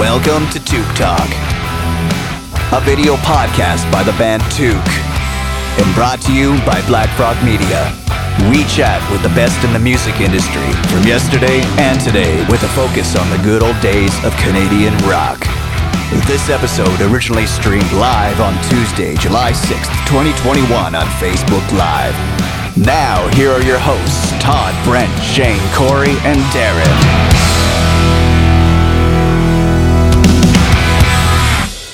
Welcome to Took Talk, a video podcast by the band Took, and brought to you by Black Frog Media. We chat with the best in the music industry from yesterday and today with a focus on the good old days of Canadian rock. This episode originally streamed live on Tuesday, July 6th, 2021 on Facebook Live. Now, here are your hosts, Todd, Brent, Shane, Corey, and Darren.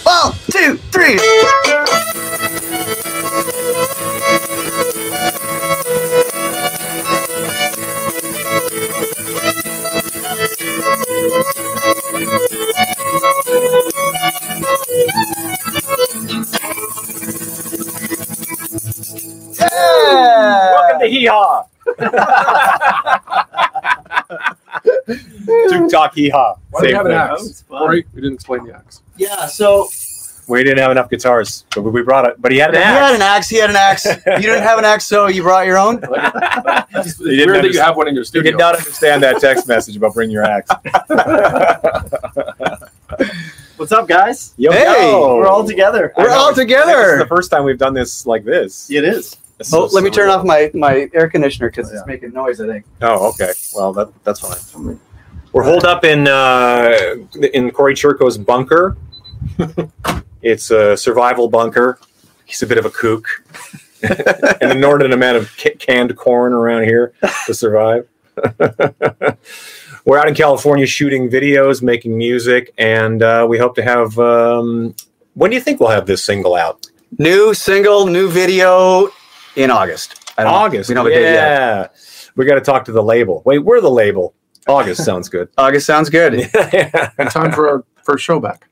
One, two, three. Welcome to Hee Haw. Duke Talk Hee Haw. Why do we Same have an thing. axe? Right? We didn't explain the axe. Yeah, so We didn't have enough guitars, but we brought it. But he had an he had an axe. axe. He had an axe. You didn't have an axe, so you brought your own. It's didn't weird that you understand- have one in your You studio. did not understand that text message about bring your axe. What's up, guys? Yo, Hey, yo. We're all together. Oh. I We're know, all I think this is together. the first time we've done this like this. It is. It's so Oh, let me turn surreal. off my, my air conditioner because Yeah. it's making noise. I think. Oh, okay. Well, that, that's fine. We're holed up in uh, in Corey Churko's bunker. it's a survival bunker. He's a bit of a kook, an inordinate amount of ca- canned corn around here to survive. We're out in California shooting videos, making music, and uh, we hope to have. Um, when do you think we'll have this single out? New single, new video in August. I don't- August. We don't have a yeah. date yet. We got to talk to the label. Wait, we're the label. August sounds good. August sounds good. Yeah. In time for our first show back,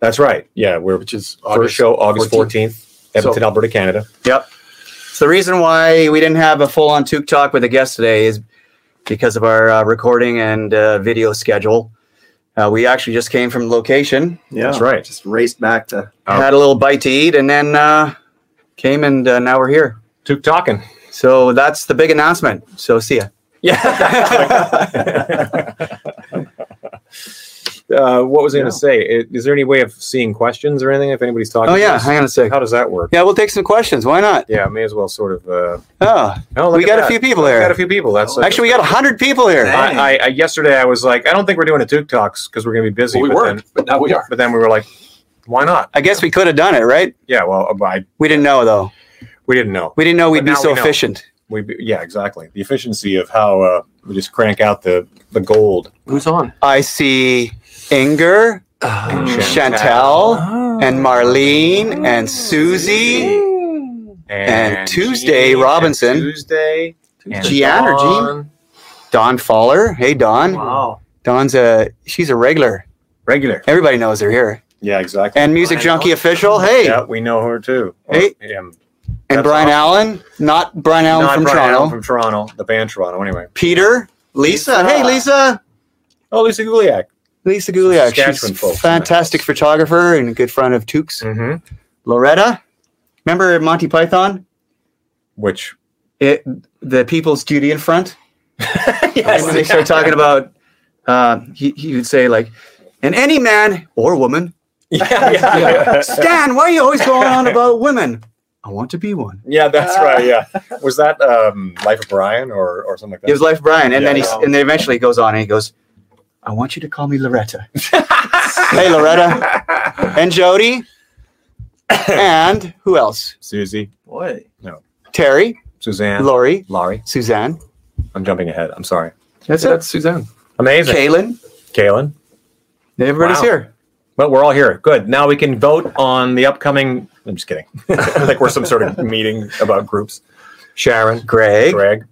That's right. Yeah, we're which is first August. show August 14th, Edmonton, So- Alberta, Canada. yep. So the reason why we didn't have a full on Took Talk with a guest today is because of our uh, recording and uh, video schedule. Uh, we actually just came from location, Yeah. That's right. Just raced back to Oh. had a little bite to eat, and then uh, came and uh, now we're here. Took talking. So that's the big announcement. So see ya. Yeah. uh, what was I going to say? Is there any way of seeing questions or anything if anybody's talking? Oh to yeah, us? hang on a sec. How does that work? Yeah, we'll take some questions. Why not? Yeah, may as well sort of. Uh, Oh, oh, look we at got a that. few people We got a there. few people. That's Actually, we got hundred people here. Dang. I, I, I yesterday I was like, I don't think we're doing a Duke Talks because we're going to be busy. Well, we but weren't, Then, but now we are. but then we were like, why not? I guess we could have done it, right? Yeah. Well, uh, I, We didn't know though. we didn't know. We didn't know we'd But be now so we know. efficient. We yeah, exactly. The efficiency of how uh, we just crank out the the gold. Who's on? I see Inger, Mm, Chantel, Oh. and Marlene, and Susie, and Tuesday Jean, Robinson. and Tuesday and Gian or Jean? Dawn. Don Faller. Hey Don. Wow. Don's a she's a regular. regular. Everybody knows her here. Yeah, exactly. And Music Brian Junkie Allen. Official. Hey. yeah, we know her too. Hey. um, and that's Brian Allen. Not Brian Allen not from Brian Toronto. Allen from Toronto, the band Toronto. Anyway, Peter. Lisa. Lisa. Hey Lisa. oh, Lisa Guliak. Lisa Guliak. Saskatchewan She's a folks. fantastic photographer and a good friend of Tukes. Mm-hmm. Loretta, remember Monty Python? Which It, the people's duty in front. And when they start talking about, uh, he, he would say like, and any man or woman, yeah, yeah, yeah. Stan, why are you always going on about women? I want to be one. Yeah, that's right. Yeah, was that um, Life of Brian or or something like It was that? Life Brian, and then he Yeah. and then eventually he goes on and he goes, I want you to call me Loretta. hey Loretta, and Jody, and who else? Susie, Boy. Terry, Suzanne, Lori, Laurie. Suzanne. I'm jumping ahead. I'm sorry. That's it. That's Suzanne. Amazing, Kaylin. Kaylin. Everybody's Wow. here. But we're all here. Good. Now we can vote on the upcoming. I'm just kidding. like we're some sort of meeting about groups. Sharon, Greg. Greg,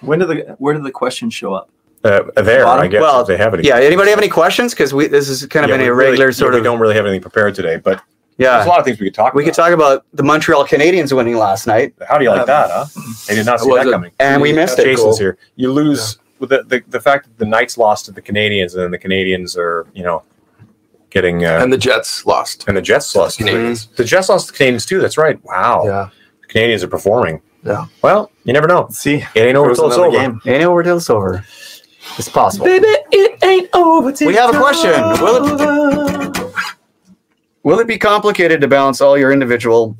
When did the where did the questions show up? uh, there. I guess Well, if they have any. Yeah. Anybody have any questions? Because we this is kind of Yeah, an we really- irregular yeah, sort We of. don't really have anything prepared today, but there's a Yeah. lot of things we could talk. We could about. talk about the Montreal Canadiens winning last night, How do you like Um, that, huh? I did not see was that a- coming. and we Yeah, missed it. Jason's here. You lose with the, the the fact that the Knights lost to the Canadians, and then the Canadians are you know getting uh, And the Jets lost. and the Jets lost. to the Canadians. The Jets lost to the Canadians too. That's right. Wow. Yeah. The Canadians are performing. Yeah. Well, you never know. Let's see. It ain't There over was until it's another over. game. Ain't over till it's over. It's possible. it ain't over. We have a question. Will it, Will it be complicated to balance all your individual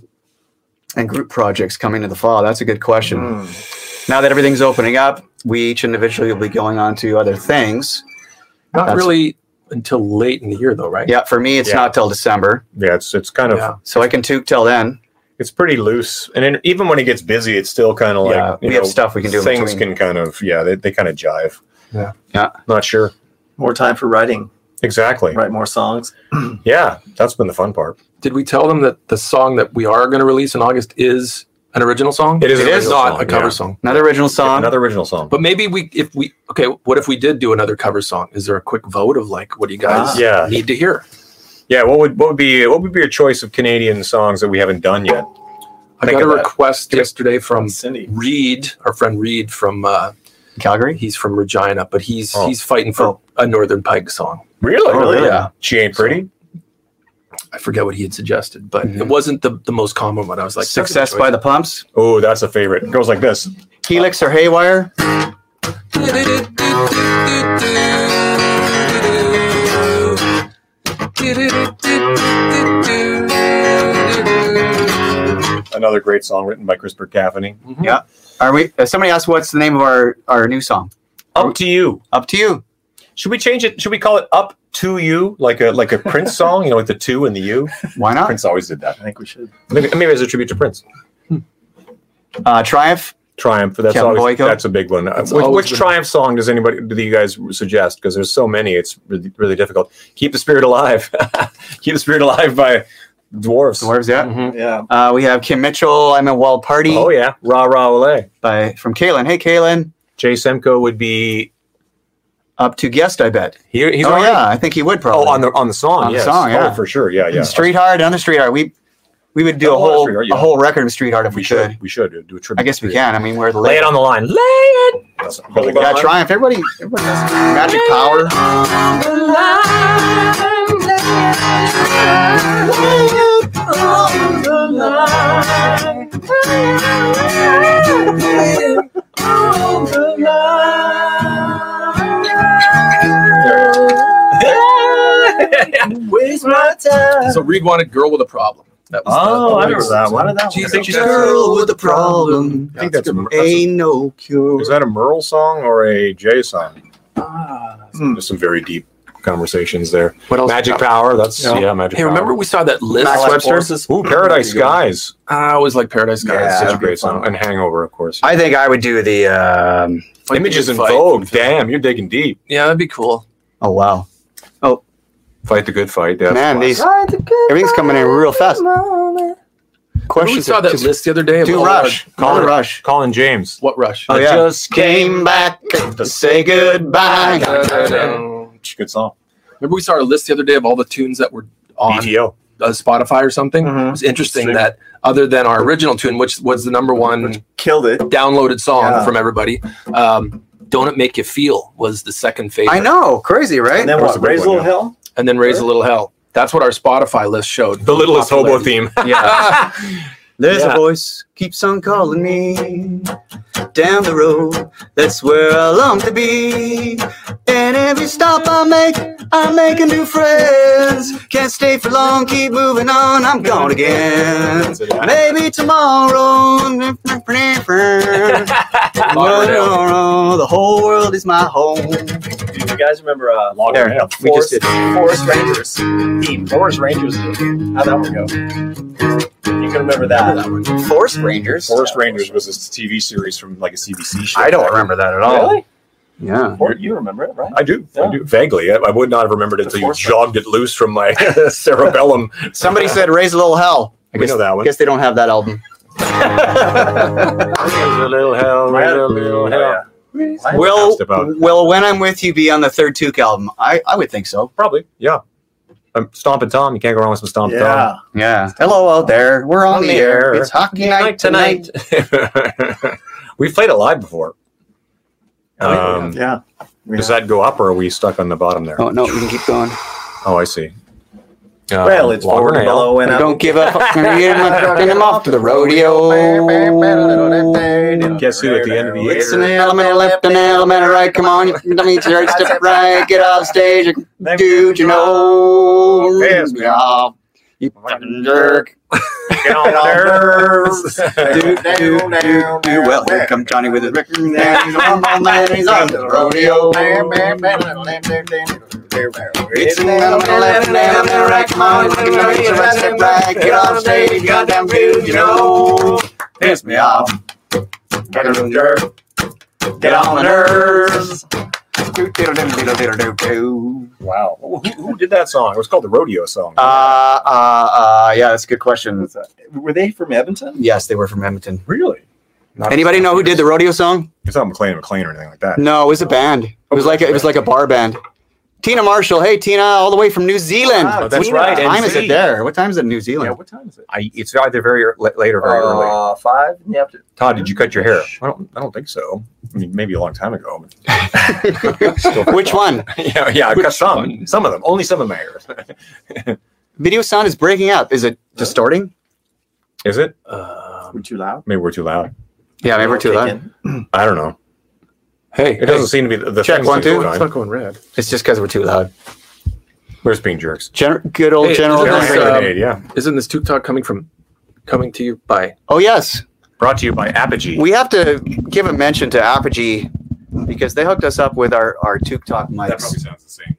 and group projects coming to the fall? That's a good question. Hmm. Now that everything's opening up, we each individually will be going on to other things. Not That's- really until late in the year, though, right? Yeah, for me, it's Yeah. not till December, Yeah, it's it's kind of Yeah. so I can toot till then. it's pretty loose, and then even when it gets busy, it's still kind of like Yeah, you we have stuff we can do in Things between. can kind of yeah, they, they kind of jive. Yeah. Yeah. Not sure More time for writing. exactly. Write more songs. Yeah, that's been the fun part. Did we tell them that the song that we are going to release in August is an original song? It is an It is original not song, a cover yeah. song. Another original song. Another original song. But maybe we, if we, okay, what if we did do another cover song? Is there a quick vote of like, what do you guys Ah. Yeah. need to hear? yeah, what would what would be what would be your choice of Canadian songs that we haven't done yet? I Think got a of that. request yesterday from Cindy. Reed, our friend Reed from uh, Calgary. he's from Regina, but he's Oh. he's fighting for a Northern Pike song. Really? Really? Yeah. She ain't pretty. I forget what he had suggested, but it wasn't the, the most common one. I was like, that's a good Mm-hmm. Success choice. by the Pumps. Oh, that's a favorite. It goes like this. Helix or Haywire. Mm-hmm. Another great song written by Chris Caffany. Mm-hmm. Are we? Uh, somebody asked, "What's the name of our our new song?" Up to you. Up to you. Should we change it? Should we call it "Up to You" like a like a Prince song? You know, like the two and the you. Why not? Prince always did that. I think we should. Maybe, maybe as a tribute to Prince. Uh, Triumph. Triumph. That's Kevin always, Boyko? that's a big one. Uh, That's which always which been- Triumph song does anybody do you guys suggest? Because there's so many, it's really, really difficult. Keep the spirit alive. Keep the spirit alive by dwarves. Dwarves. Yeah. Mhm. Yeah. Uh, we have Kim Mitchell. I'm a wall party. Mm-hmm. Oh yeah, rah rah ole. By from Kalen. Hey Kalen. Jay Semko would be. Up to guest. I bet. He, he's oh already- yeah, I think he would probably. Oh, on the on the song. On the yes. song, yeah. Oh, for sure. Yeah, yeah. street hard on the street hard. We we would do The a whole whole Street Hard, yeah. a whole record of street hard if we, we could. should. We should do a tribute. I guess we to it. can. I mean, we're the Lay it on the line. Lay it. That's a really good Yeah, one. Triumph. Everybody, everybody has magic power. Waste my time. So Reed wanted "Girl with a Problem." That was Oh, I remember that. Why did that She's one- a girl with a problem. I think that's, a, that's a- Ain't no cure. Is that a Merle song or a Jay song? Ah, Hmm. Just some very deep conversations there. What else? Magic Power. That's Yeah. yeah, Magic Hey, Power. remember we saw that list? Max Webster? Webster? Ooh, Paradise There you go. Skies. Ah, I was like Paradise Guys. Yeah, Such a that'd be great fun. song. And Hangover, of course. I think I would do the. Um, Images in Fight. Vogue. Damn, you're digging deep. Yeah, that'd be cool. oh wow, Fight the good fight. Yeah, man, that's these everything's coming in real fast. Remember we Questions. saw are that just- list the other day. of Do all our- rush. Call it rush. Colin James. What rush? Oh, yeah. just Came back to say goodbye. Remember Good song. we saw our list the other day of all the tunes that were on BTO. uh, Spotify or something. Mhm. It was interesting Interesting. that other than our original tune, which was the number one Killed it. downloaded song Yeah. from everybody, um, "Don't It Make You Feel" was the second favorite. I know, crazy, right? And then That was a what? big Raise a one, little yeah. hell. and then "Raise a Little Hell." That's what our Spotify list showed. The Littlest Hobo Popularity. theme. Yeah. There's Yeah. a voice keeps on calling me down the road. That's where I long to be. And every stop I make, I make a new friends. Can't stay for long, keep moving on. I'm gone again. Maybe tomorrow. the whole world is my home. Do you guys remember uh, Long There. Ramp. We just Forest, did. Forest Rangers? Theme, Forest Rangers. theme. How'd that one go? You can remember that. Forest Rangers. Forest Rangers was this TV series from like a CBC show. I don't remember that at all. Yeah. Or you remember it, right? I do. I Yeah. do. Vaguely. I, I would not have remembered it The until you Forest jogged it loose from my cerebellum. Somebody said raise a little hell. I We know that one. guess they don't have that album. Yeah. I Will asked about- Will when I'm with you be on the third Took album? I, I would think so. Probably. Yeah. Um, Stomp and Tom. You can't go wrong with some Stomp and Tom. Yeah. Yeah. Hello out there. We're on, the, air. Oh, It's hockey night tonight. We've played it live before. Um, Oh, Yeah. Does that go up or are we stuck on the bottom there? Oh no, we can keep going. Oh, I see. Well, it's Long forward and Rail. below and Don't give up. I'm gonna get him up- get him off to the rodeo. Guess who at the end of the It's an year? element of left, an element of right. Come on, you don't need to right, step right, get off stage, dude. You know, Yes, we Yeah. You Fucking jerk. Get on Get on nerves. Do, do, do, do. Well, here come Johnny with his record. Now he's on my man, he's on the rodeo. It's a man on the left, man on the right. Come on, look at me, it's a right, step right. Get off stage, goddamn dude, you know. Piss me off. Get on the nerves. Get on the nerves. Do, do, do, do, do, do, do. Wow. Who, who did that song? It was called the Rodeo Song. Uh, uh, uh, yeah, that's a good question. Were they from Edmonton? Yes, they were from Edmonton. Really? Anybody know who did the rodeo song? It's not McLean McLean or anything like that. No, it was a band. It was like a, it was like a bar band. Tina Marshall, hey Tina, all the way from New Zealand. Wow, Oh, that's what right, time is NZ. it there? What time is it in New Zealand? what time is it? I, it's either very ear- la- late or very early. Uh, five in the afternoon. Todd, did you cut your hair? I don't. I don't think so. I mean, maybe a long time ago. Which one? yeah, yeah. I Which cut some. one? Some of them. Only some of my hair. Video sound is breaking up. Is it distorting? Is it? Um, We're too loud. Maybe we're too loud. Yeah, maybe we're too loud. Taken. I don't know. hey, It doesn't seem to be the, the Check, things one, that go two. on. It's not going red. It's just because we're too loud. We're just being jerks. Gen- good old Hey, general. Oh, General this, Hand um, Grenade, yeah. Isn't this Tuk Talk coming from coming to you by? oh yes, Brought to you by Apogee. we have to give a mention to Apogee because they hooked us up with our our Tuk Talk mics. sounds the same.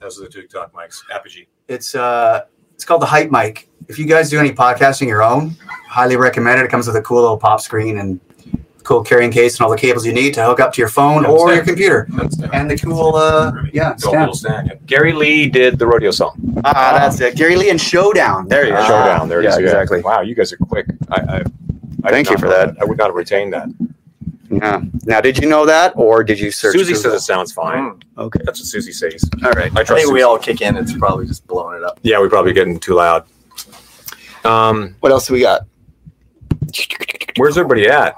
Those are the TikTok mics. Apogee. It's uh, it's called the Hype Mic. If you guys do any podcasting your own, highly recommend it. It comes with a cool little pop screen and cool carrying case and all the cables you need to hook up to your phone or your computer. And the cool, uh, yeah, stand. Gary Lee did the rodeo song. Ah, that's it. Gary Lee and Showdown. There you go. Showdown. There it yeah, is. exactly. Wow, you guys are quick. I, I, I Thank did you not for know that. I would not have retained that. Yeah. Now, did you know that, or did you search? Susie says Google? it sounds fine. Mm. Okay. That's what Susie says. All right. I I trust. think we Susie. all kick in. It's probably just blowing it up. Yeah, we're probably getting too loud. Um, What else do we got? where's everybody at?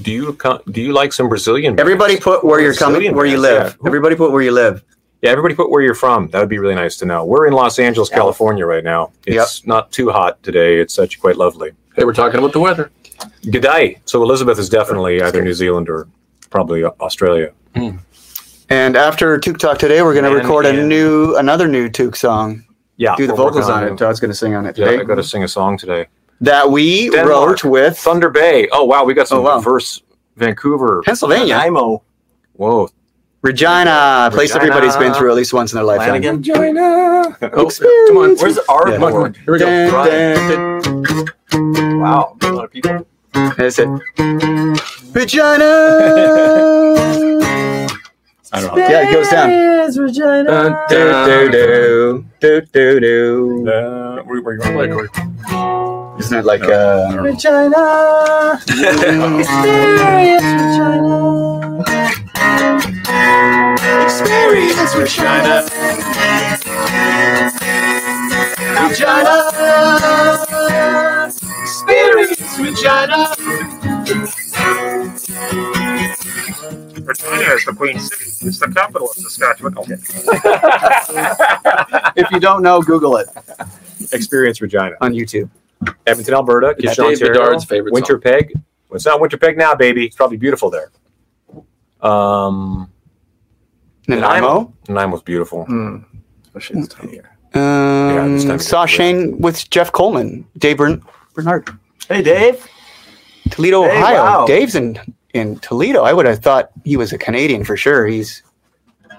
Do you co- do you like some Brazilian? music? Everybody put where you're coming, Brazilian where you bands, live. yeah. Everybody put where you live. Yeah, everybody put where you're from. That would be really nice to know. We're in Los Angeles, California right now. It's not too hot today. It's actually quite lovely. Hey, we're talking about the weather. G'day. So Elizabeth is definitely either New Zealand or probably Australia. And after Took Talk today, we're going to And record a Ian. new, another new Took song. Yeah. Do the Ah, we're vocals working on it. Todd's going to sing on it Yeah, today. I got to sing a song today. that we Denmark. wrote with Thunder Bay. Oh wow, we got some Oh, wow. diverse Vancouver. Pennsylvania, Imo. Whoa. Regina, a place Regina. everybody's been through at least once in their lifetime. Flanagan. Oh, come on. Where's the R? Yeah. Come on, come on. Here we go. Dun, Brian. dun, dun. Wow. A lot of people. That's it. Regina. I don't know. yeah, it goes down. Dun, Do, do, dun. do. Do, do, do. Uh, where, where you going? Like, we're- Isn't it like uh, Experience with China. Regina? Experience Regina. Regina is the Queen City. It's the capital of Saskatchewan. Okay. If you don't know, Google it Experience Regina. on YouTube. Edmonton, Alberta. It's Kitchener, Dave Ontario, Bedard's favorite song. Winterpeg. Well, it's not Winterpeg now, baby. It's probably beautiful there. Um, Nanaimo. Nanaimo's beautiful. Especially this time of year. this Um, time of saw year. Shane with Jeff Coleman, Dave Bern- Bernard. Hey, Dave. Toledo, Hey, Ohio. wow. Dave's in in Toledo. I would have thought he was a Canadian for sure. He's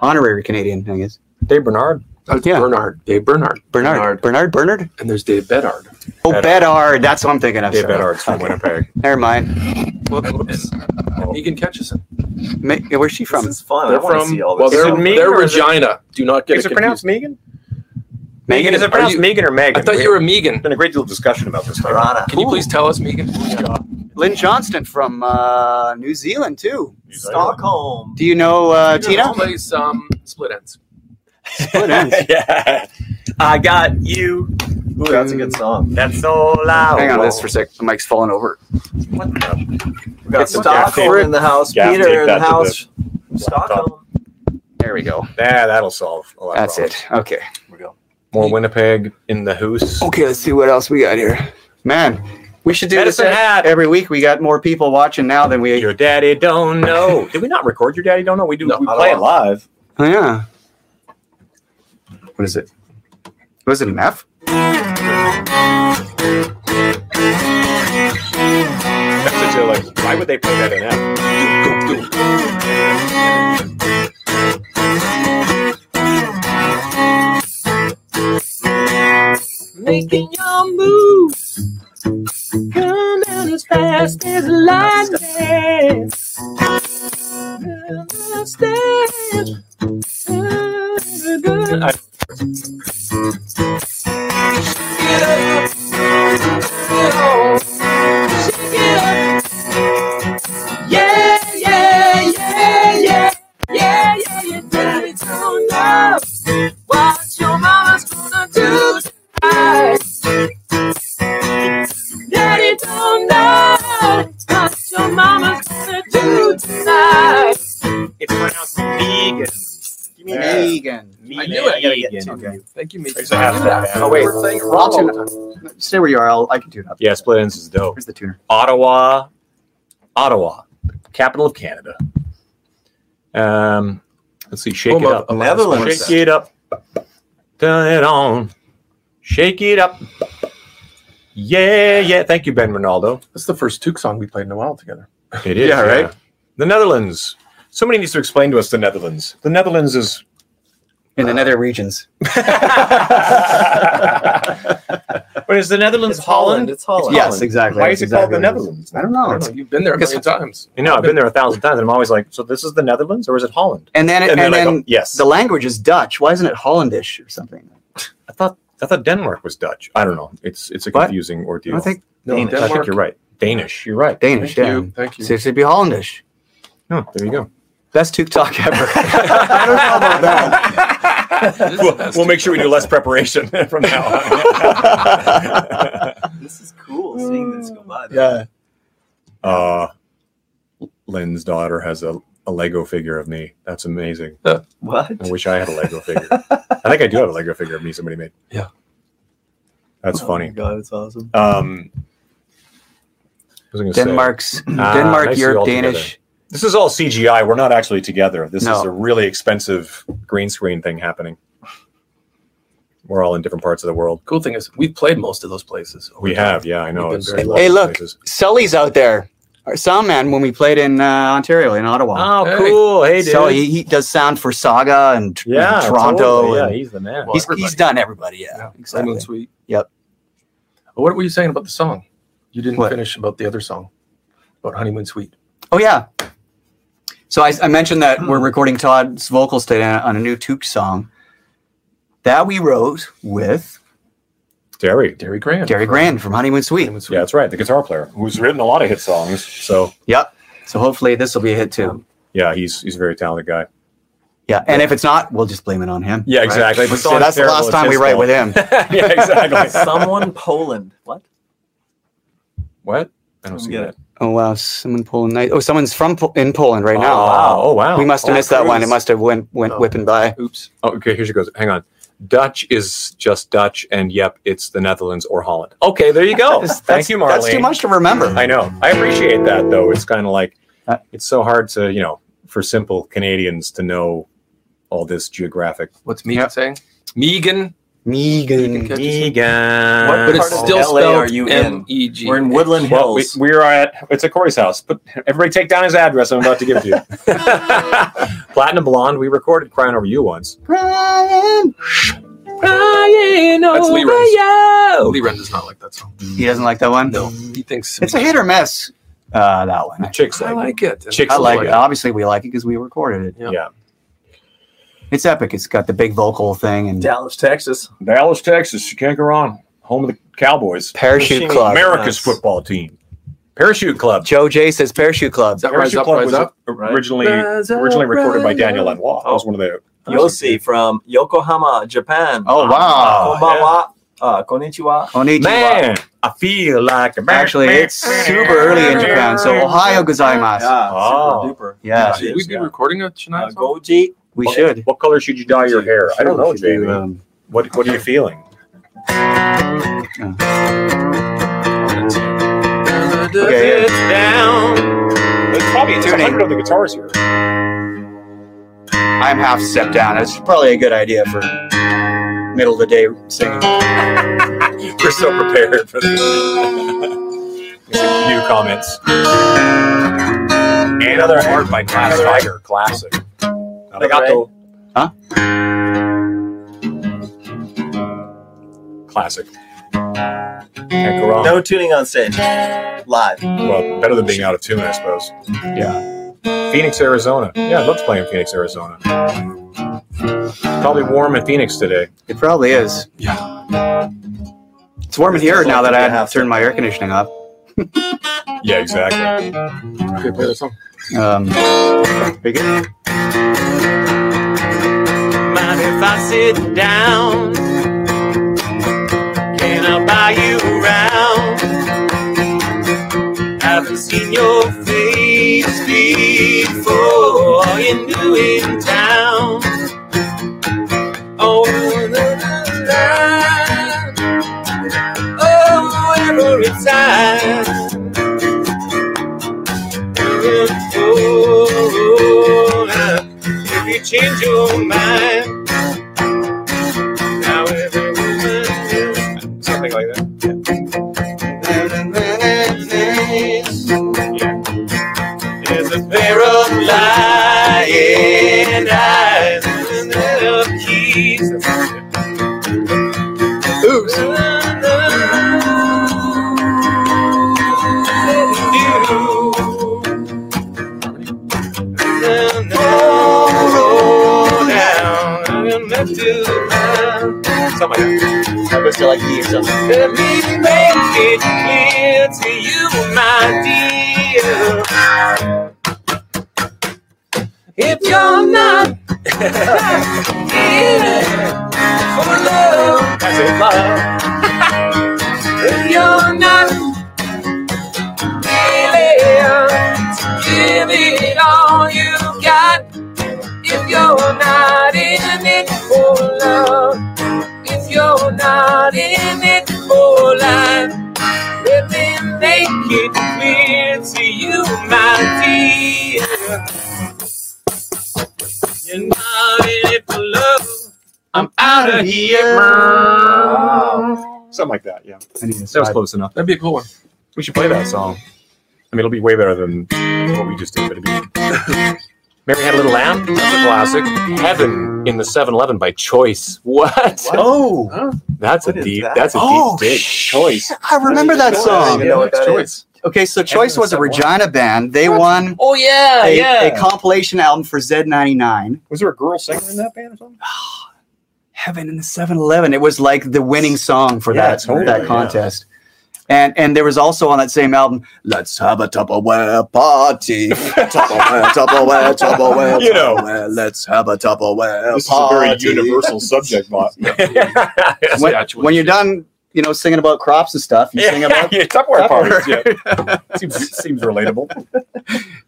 honorary Canadian, I guess. Dave Bernard. Oh, Yeah. Bernard. Dave Bernard. Bernard, Bernard, Bernard. And there's Dave Bedard. Oh, Bedard. Bedard. That's what I'm thinking of. Dave sorry. Bedard's from Winnipeg. Never mind. Whoops. He can catch us. Ma- where's she From. from? This is fun. I They're want to from. see all Well, this. Is they're, it Megan they're or is it- Regina. Do not get Is it it pronounced confused. Megan? Megan. Is it Are pronounced you- Megan or Megan? I thought We- you were Megan. There's been a great deal of discussion about this. Like, Piranha. Can you please tell us, Megan? Lynn Johnston from uh, New Zealand too. Stockholm. Do you know uh, Tina? plays um, Split Ends. Split ends. yeah. I got you. Ooh, that's a good song. That's so loud. Hang on, this for a sec. The mic's falling over. We got It's Stockholm Gaff- in the house. Gaff, take Peter in that the to house. Stockholm. There we go. Yeah, that'll solve a lot. of That's problems. it. Okay. We go. More Winnipeg in the hoose. Okay, let's see what else we got here. Man, we should do Medicine this hat. every week. We got more people watching now than we. Your daddy don't know. Did we not record your daddy don't know? We do. No, we I play it don't. live. Oh, yeah. What is it? Was it an F? That's what you're like. Why would they play that in F? making your move. Coming as fast as lightning. Understand. Everybody. Shake it up. Shake it up. Yeah, yeah, yeah, yeah. Yeah, yeah, you did it. Don't know what your mama's gonna do tonight. Daddy don't know what your mama's gonna do tonight. It's pronounced vegan. Give me an E. Vegan. I knew it. I gotta get to Okay. Thank you, Mitch. There's a half of that. Oh, wait. We're playing it I'll wrong. tune it up. Stay where you are. I'll, I can tune up. Yeah, split ends is dope. Here's the tuner. Ottawa, Ottawa, capital of Canada. Um, let's see, shake Home it of up, Netherlands. shake it up, turn it on, shake it up. Yeah, yeah. Thank you, Ben Ronaldo. That's the first Took song we played in a while together. It is. Yeah, right? The Netherlands. Somebody needs to explain to us the Netherlands. The Netherlands is. In the nether regions. But is the Netherlands Holland? It's Holland. Yes, exactly. Why That's is it exactly called the what is. Netherlands? I don't I know. don't know. It's- You've been there a million times. You know, I've been there a thousand times, and I'm always like, so this is the Netherlands, or is it Holland? And then, it, and And then I then go, yes. the language is Dutch. Why isn't it Hollandish or something? I thought I thought Denmark was Dutch. I don't know. It's it's a What? confusing ordeal. I think No, Danish. I think Denmark. you're right. Danish. You're right. Danish. Thank yeah. you. Thank you. So it should be Hollandish. No, there you go. Best Took Talk ever. I don't know about that. This is the We'll, best we'll make sure we do less preparation from now on. This is cool seeing this go by. Yeah. uh, Lynn's daughter has a, a Lego figure of me. That's amazing. What? I wish I had a Lego figure. I think I do have a Lego figure of me somebody made. Yeah. That's Oh my funny. God, it's awesome. Um, what was I gonna say? Denmark's Ah, Denmark, nice to all Europe, together. Danish. This is all CGI. We're not actually together. This No. is a really expensive green screen thing happening. We're all in different parts of the world. cool thing is we've played most of those places. over We time. have, yeah, I know. We've It's been very lots Hey, of look, places. Sully's out there. Our sound man when we played in uh, Ontario in Ottawa. Oh, Hey. cool. Hey, dude. so he, he does sound for Saga and Tr- yeah, Toronto. totally. and Yeah, he's the man. Well, he's, he's everybody. done everybody. Yeah, Yeah, exactly. Lemon Sweet. Yep. Well, what were you saying about the song? You didn't What? finish about the other song, about Honeymoon Suite. Oh yeah. So I, I mentioned that we're recording Todd's vocals today on, on a new Took song that we wrote with Terry. Derry Grand. Gary Grand from Honeymoon Suite. Honeymoon Suite. Yeah, that's right. The guitar player who's written a lot of hit songs. So, Yep. So hopefully this will be a hit too. yeah, he's he's a very talented guy. Yeah. And if it's not, we'll just blame it on him. Yeah, exactly. If Right? it's So not that's the terrible, last it's time we his write fault. with him. yeah, exactly. Someone Poland. What? what? I don't see Get that. it. Oh wow, someone Poland. night. Oh, someone's from po- in Poland right now. Oh, wow. Oh, wow. We must have Oh, missed that one. It Cruz. must have went went Oh. whipping by. Oops. Oh, okay, here she goes. Hang on. Dutch is just Dutch, and yep, it's the Netherlands or Holland. Okay, there you go. That's- Thank you, Marlene. That's too much to remember. I know. I appreciate that, though. It's kind of like Uh, it's so hard to, you know, for simple Canadians to know all this geographic. What's Megan saying? Megan. Megan. Catch us in- Megan. What But it's part of still LA are you spelled in? M E G. We're in Woodland well, we, Hills. we are at it's at Corey's house. But everybody, take down his address. I'm about to give it to you. Platinum Blonde. We recorded "Crying Over You" once. Brian. Crying That's over Lee you. Lee Ren does not like that song. He doesn't like that one. No, he thinks Mm. It's a hit or miss. Uh, that one. Chicks I like, like it. Chicks I like it. Yeah. Obviously, we like it because we recorded it. Yeah. Yeah. It's epic. It's got the big vocal thing and Dallas, Texas. Dallas, Texas. You can't go wrong. Home of the Cowboys. Parachute Club. America's Nice. football team. Parachute Club. Joe J says Parachute Club. Is that Rise Parachute Up, Club Rise was Up? originally Rise up, originally recorded by rise Daniel up. Lanois. That was one of the Yossi from Yokohama, Japan. Oh wow. Oh, Konbanwa. Uh, konnichiwa. Konnichiwa. Man, I feel like a Actually, it's super early in Japan, so Ohio gozaimasu. Yeah, Oh. super duper. Yeah. Should we be recording a Uh, Shania song? Goji. We should. What color should you dye your hair? I don't know, We should do, Jamie. um, what What are you feeling? Okay. There's probably there's a Tuning. hundred of the guitars here. I'm half step down. That's probably a good idea for middle of the day singing. We're so prepared for this. These are new comments. And other art by Glass Tiger, classic. Arigato. Huh? Classic. Can't go wrong. No tuning on stage. Live. Well, better than being out of tune, I suppose. Yeah. Phoenix, Arizona. Yeah, I love to play in Phoenix, Arizona. Probably warm in Phoenix today. It probably is. Yeah. It's warm in It's here just now like we that I have have turned my air conditioning up. Yeah, exactly. Okay, play that song. Um, Mind if I sit down? Can I buy you around? Haven't seen your face before. Are you new in town? Oh, la, la, la. oh, every time. Oh, oh, oh. If you change your mind, now every woman Something like that. is a pair of lying eyes and a set of keys. Oops. Roll down, I'm left to find. Something like that. Everyone's still like these. so- Let me make it clear to you, my dear. If you're not here for love, That's it. if you're not willing to give it all you got, if you're not in it for love, if you're not in it for life, let me make it clear to you, my dear. You're not in it for love. I'm out of here. Something like that, yeah. I need to That was stop. close enough. That'd be a cool one. We should play that song. I mean, it'll be way better than what we just did, but it'd be. Mary had a little lamb. That's a classic. Heaven in the 7-Eleven by Choice. What? oh, That's What a is deep. that? That's a Oh, deep, big choice. I remember that song. even know what that choice. Okay, so Choice was a Regina band. They won Oh yeah, a, yeah. a compilation album for Z99. Was there a girl singer in that band or something? Heaven in the 7-Eleven. It was like the winning song for Yeah, that totally, that yeah. contest. And and there was also on that same album, Let's have a Tupperware party. Tupperware, Tupperware, Tupperware. You know. Tupperware. Let's have a Tupperware This is a party. very universal subject matter. when, the actual when you're done, you know, singing about crops and stuff, you sing about yeah, Tupperware parties. Tupperware. Yeah. seems, seems relatable.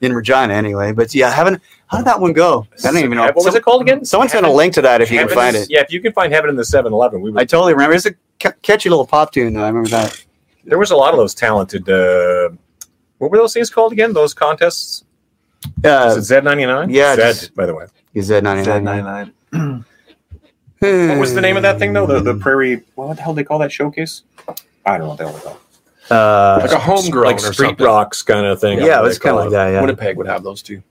in Regina anyway. But yeah, haven't how did that one go? I don't even know. What was it called again? Someone sent a link to that if you can Heaven find is- it. Yeah, if you can find Heaven in the 7-Eleven, we would. I totally remember. It's a ca- catchy little pop tune though. I remember that. there was a lot of those talented. Uh, what were those things called again? Those contests? Uh, Is it Z99? yeah, Z, just- by the way. Z99. Z99. What was the name of that thing though? The the Prairie. What the hell they call that showcase? I don't know what the hell they call. it. like Uh, a homegrown Like or street something. rocks kind of thing. yeah, it was kind of like that. Yeah. Winnipeg would have those too.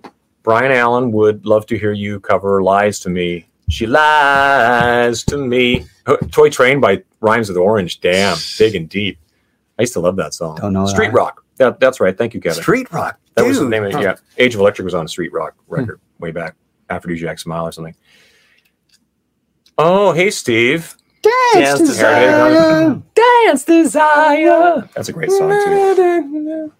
Brian Allen would love to hear you cover "Lies to Me." She lies to me. Oh, Toy Train by Rhymes with Orange. Damn, big and deep. I used to love that song. Don't know that. Street Rock. That, that's right. Thank you, Kevin. Street rock. That dude. Hmm. was the name of it. Yeah. Age of Electric was on a Street Rock record way back after Do Jack Smile or something. Oh, hey, Steve. Dance to Desire. That's a great song, too.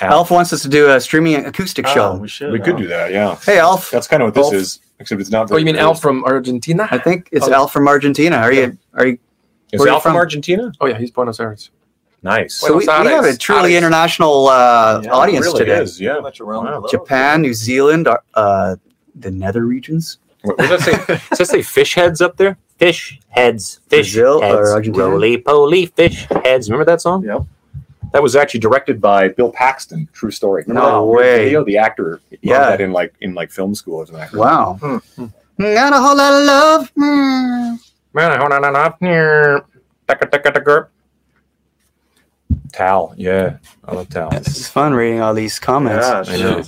Alf wants us to do a streaming acoustic Oh, show. we should. We could do that, yeah. Hey, Alf. That's kind of what this Alf. is, except it's not. Oh, you mean very- Al from Argentina? I think it's Oh. Alf from Argentina. Are you? Are you? Is where you Al from from? Argentina? Oh yeah, he's Buenos Aires. Nice. So we, we Buenos have a Aires. truly Aires. international uh, Yeah, it audience really today. is, yeah. Pretty much around the Wow. globe. Japan, New Zealand, uh, uh, the Nether regions, What what does that say? Does that say fish heads up there? Fish heads, fish Brazil or heads, Argentina? roly poly fish heads. Remember that song? Yep. That was actually directed by Bill Paxton. True story. No Remember that weird way. Video? The actor. he Yeah. learned That in like in like film school as an actor. Wow. Hmm. Not a whole lot of love. Mm. Tal, yeah, I love Tal. This is fun reading all these comments. Yeah, I know.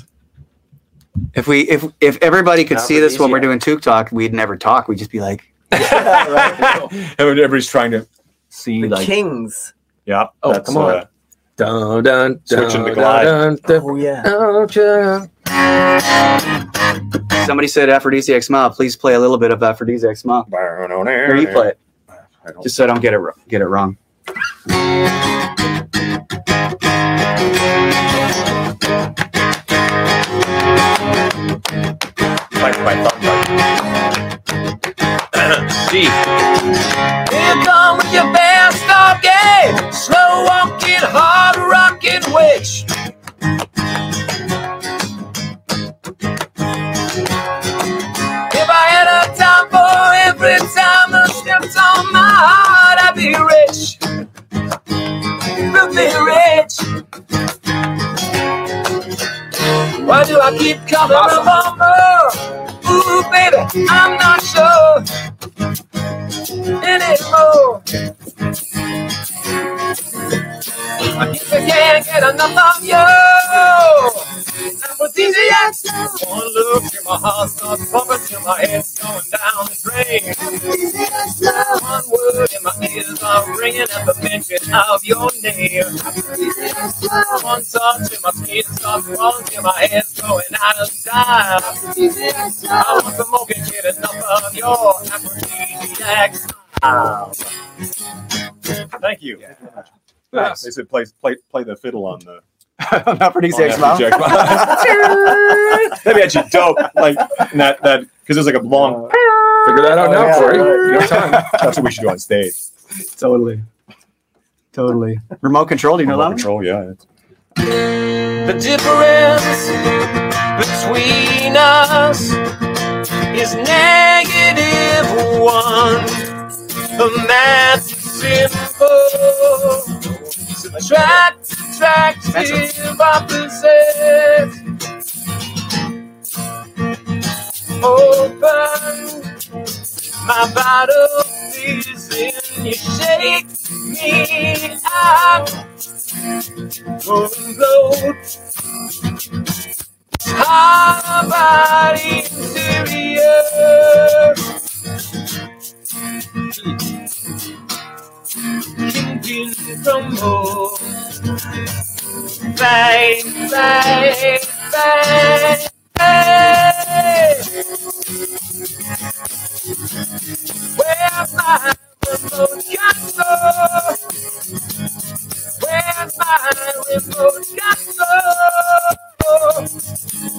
If we if if everybody could That see would be this when we're easier. doing Took Talk, we'd never talk. We'd just be like, Everybody's trying to see, The like, Kings. yeah. Oh, come on. uh, Dun, dun, Switching to glide. Dun, dun, Oh yeah. dun, dun. somebody said Aphrodisiac Smile. Please play a little bit of Aphrodisiac Smile. Or you play it, I don't- just so I don't get it wr- get it wrong. like, my thumb, like, Here come with your best of game. Slow walking, hard rocking witch. If I had a dime for every time I stepped on my heart, I'd be rich. I'd be rich. Why do I keep coming up on more? Ooh, baby, I'm not sure anymore. I guess I can't get enough of you. Aphrodisiac. One look in my heart starts pumping till my head's going down the drain. One word in my ears are ringing at the mention of your name. One touch in my skin starts falling till my head's going out of style. I want some more, can't get enough of your aphrodisiac smile. thank you. Nice. They said play, play, play the fiddle on the. Aphrodisiac on that Smile. project. Oh, That'd be actually dope. Like and that that because it's like a long. Figure that out now, yeah. Corey. You got time. That's what we should do on stage. totally, totally. Remote control. Do you know Remote that? one? control, yeah. The difference between us is negative one. The math is simple. Subtract, subtractive opposites. Open my bottle, please, and you shake me out. Overload. High body interior. Kingpin from home. Bang, bang, bang, bang. Where's my remote control? Where's my remote control?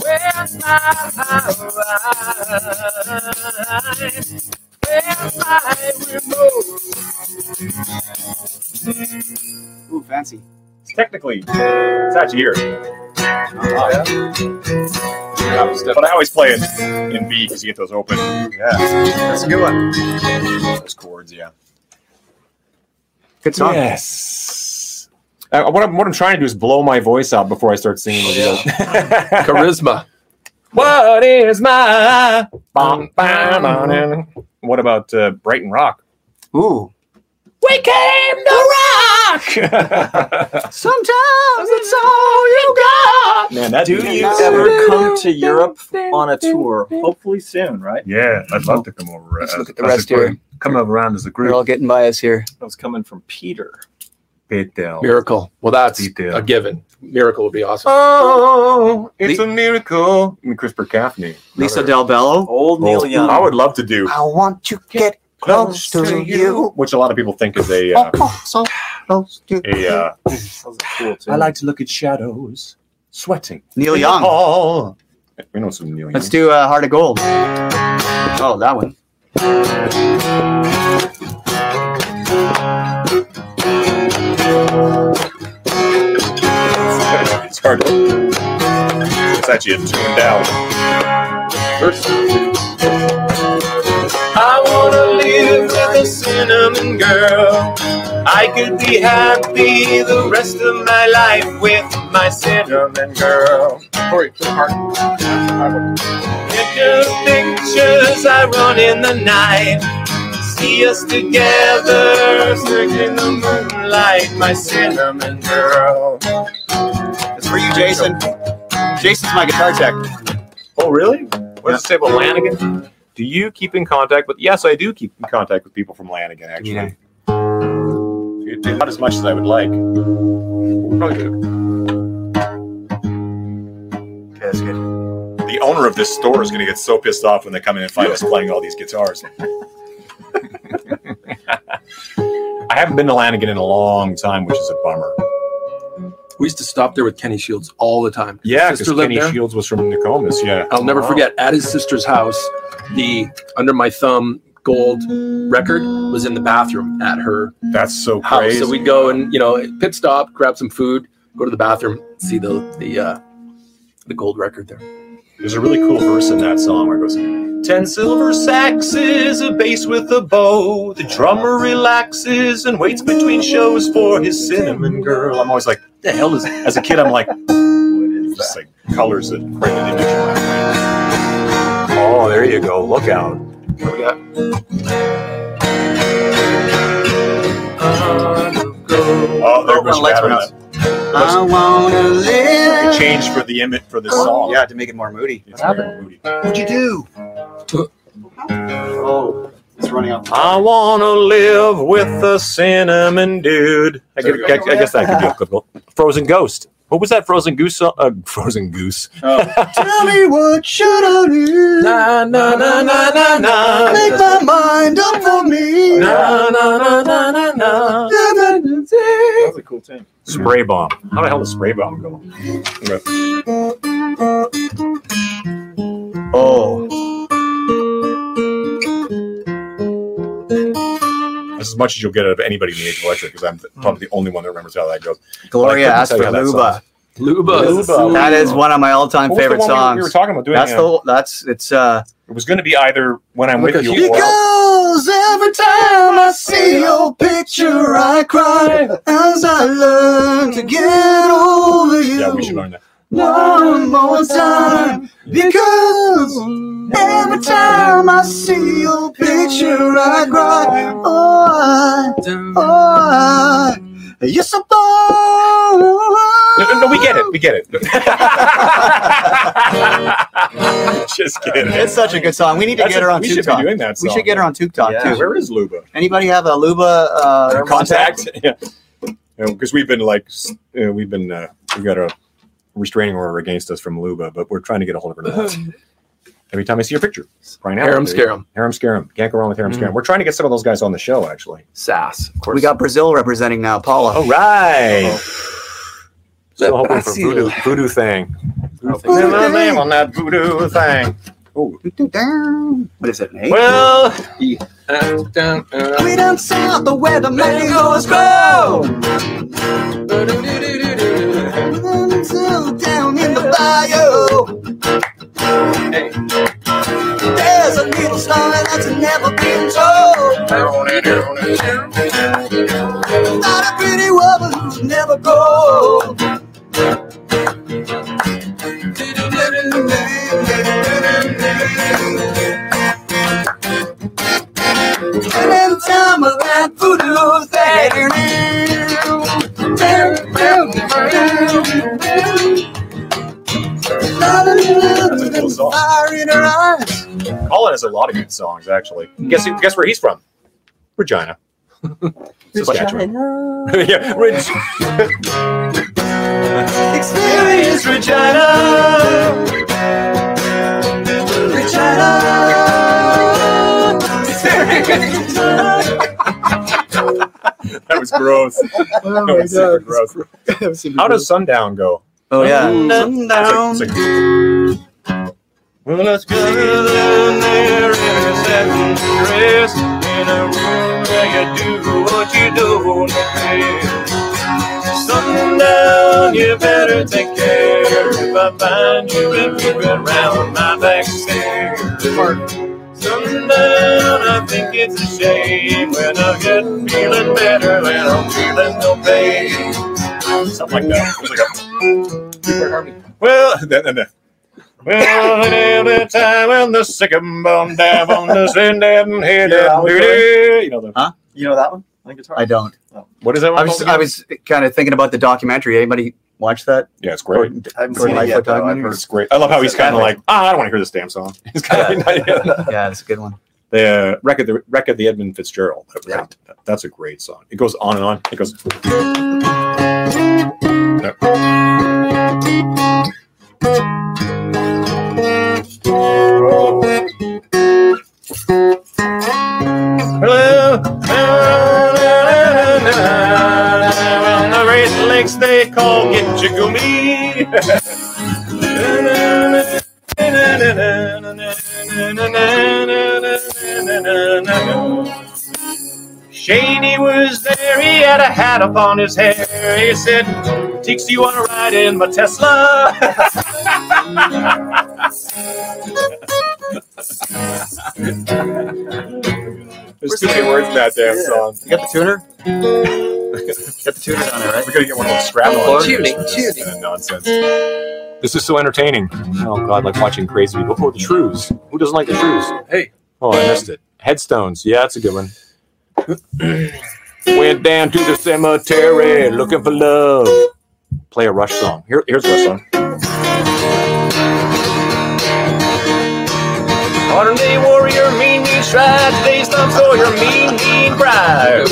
Where's my ride? Where's my remote? Ooh, fancy. Technically, it's actually here. Yeah, step But I always play it in B because you get those open. Yeah, That's a good one. those chords. Yeah. Good song. Yes. Uh, what, I'm, what I'm trying to do is blow my voice out before I start singing. Charisma. what is my? Bum, bum, bum, bum. What about uh, Brighton Rock? Ooh. We came to rock! Sometimes it's all you got. Man, that Do dude- you ever come to Europe on a tour? Hopefully soon, right? Yeah, I'd love to come over. Let's as- look at the as a rest here. group. Come around as a We're all group. getting by us here. That was coming from Peter. Bit down. Miracle. Well, Oh, that's Detail. a given. Miracle would be awesome. Oh, it's a miracle. And Christopher Caffney. Lisa Another- Del Bello. Old Oh. Neil Young. Oh, I would love to do I want to get close to you. which a lot of people think is a uh, Oh, so close to a. Uh, That was cool too. to look at shadows, sweating. Neil Young. Oh, we know some Neil Young. Let's do uh, Heart of Gold. Oh, that one. it's hard. It's actually a tuned out. I wanna live with a cinnamon girl. I could be happy the rest of my life with my cinnamon girl. Picture pictures I run in the night. see us together, circling the moonlight, my cinnamon girl. It's for you, Jason. Jason's my guitar tech. Oh, really? What does it say about Lanigan? Do you keep in contact with? Yes, I do keep in contact with people from Lanigan. Actually, not as much as I would like. Probably do. That's good. The owner of this store is going to get so pissed off when they come in and find us playing all these guitars. I haven't been to Lanigan in a long time, which is a bummer. We used to stop there with Kenny Shields all the time. His Yeah, sister because lived Kenny there. Shields was from Nokomis. Yeah, I'll never Wow. forget at his sister's house, the under my thumb gold record was in the bathroom at her That's so house. crazy. So we'd go and you know pit stop, grab some food, go to the bathroom, see the the uh, the gold record there. There's a really cool verse in that song where it goes, Ten silver saxes, a bass with a bow. The drummer relaxes and waits between shows for his cinnamon girl. I'm always like, the hell is As a kid, I'm like, what is just like colors that printed image in my brain. Oh, there you go. Look out. What we got? Oh, there Oh, goes my lights Shadow. went I wanna That live. Change for the image for this song. Yeah, to make it more moody. It's very moody. What'd you do? oh, it's running out. I wanna live with the cinnamon dude. I, There gu- I, I guess that could be applicable. Frozen Ghost. What was that Frozen Goose? song- Uh, frozen Goose. Tell me what should I do? Na na na na na na. Make my mind up for me. Na na na na na na. That's a cool tune. Spray Bomb. How the hell does Spray Bomb go? Okay. Oh, That's as much as you'll get out of anybody in the Age of Electric, because I'm th- probably the only one that remembers how that goes. Gloria Well, I couldn't asked tell you for how that Luba. Luba. Luba. That is one of my all-time What was the favorite one we- songs. We were talking about doing that's uh, the that's it's uh It was going to be either When I'm Look With at You you. or. Because every time I see your picture I cry as I learn to get over you Yeah, we should learn that. one more time because every time I see your picture I cry oh I, oh I, you're so No, bold no, no, we get it. We get it. Just kidding. it's such a good song we need to That's get a- her on we should Tube be Talk doing that we song. should get her on Tube Talk Yeah. too Where is Luba? Anybody have a Luba uh, contact? Yeah. Because we've been like, s- uh, we've been, uh, we've got a restraining order against us from Luba, but we're trying to get a hold of her. now. Every time I see her picture, right now. Harem Scarum. Harem Scarum. Can't go wrong with Harem Scarum. We're trying to get some of those guys on the show, actually. Sass. Of course. We got Brazil representing now, Paula. All right. Still hoping for Brazil. voodoo, voodoo thing. Voodoo thing. on that voodoo thing. What is it? an eight? Oh. Well, we don't sell the way the mangoes grow. Until down in the bio. There's a little story that's never been told. Not a pretty woman who's never gold. And in time of that voodoo thing. That's a cool song. Fire in her eyes. Colin has a lot of good songs, actually. Guess who- guess where he's from? Regina. Saskatchewan. yeah, Reg- Experience Regina. Regina. Experience Regina. that was gross. Oh That was super gross. How does Sundown go? Oh yeah. Mm-hmm. It's like- it's like- Well, let's go down there in a satin dress, in a room where you do what you do on the bed. Sundown, you better take care. If I find you, been creeping round my back stairs. Sundown, I think it's a shame when I get feeling better and I'm feeling no pain. Something like that. It was like a- well, no, no, no. Well, every time when the second bone dab on the sin dab here, You know that one, Corey? you know the Huh? You know that one on guitar? I don't. what is that one? I was called I again? was kind of thinking about the documentary. Anybody watch that? yeah, it's great. I haven't Or seen it Lightfoot yet. though. Diamond? It's great. I love how he's kind of like, ah, I don't want to hear this damn song. He's kind of Yeah, that's a good one. the uh, record, the record, the Edmund Fitzgerald. That- that- that's a great song. It goes on and on. It goes. Well, the Great Lakes they call Gitchagumi. Shady was there, he had a hat upon his hair. He said, Dix, you wanna ride in my Tesla? There's too many words in that damn song. You got the tuner? Got the tuner on it, right? We're gonna get one of those scrap Oh, lines. Tuning, This kind of nonsense. This is so entertaining. Oh god, like watching crazy people. Oh, the shrews. Who doesn't like the shrews? Hey. Oh, I missed it. Headstones. Yeah, that's a good one. Went down to the cemetery looking for love. Play a Rush song. Here, here's a Rush song. Modern day warrior, mean, mean strides. They stop for your mean, mean pride.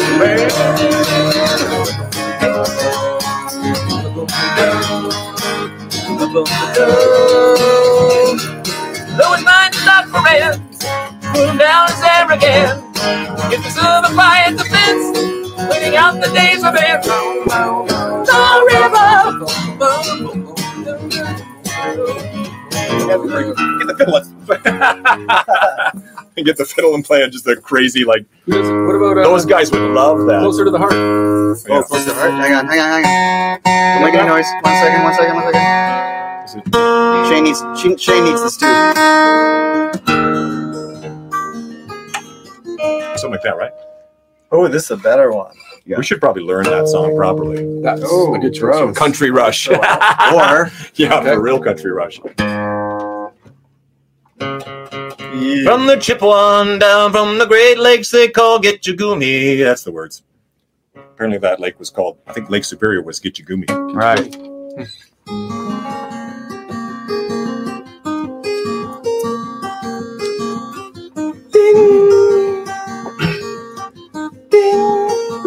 Though his mind is not for man, put him down as ever again. If you serve a fire the fence, waiting out the days of man. The river. Get the fiddle. and get the fiddle and play just a crazy like. What about uh, Those guys would love that. closer to the heart? Oh, Yeah. Close to the heart. Hang on, hang on, hang on. Don't make any noise. One second, one second, one second. Shane needs Shane, Shane needs this too. Something like that, right? Oh, this is a better one. We should probably learn that song properly. That's Oh, a good choice. gross. Country Rush. or yeah, Okay. for real country rush. Yeah. From the Chippewa down from the Great Lakes, they call Gitchagumi. That's the words. Apparently, that lake was called. I think Lake Superior was Gitchagumi. Right.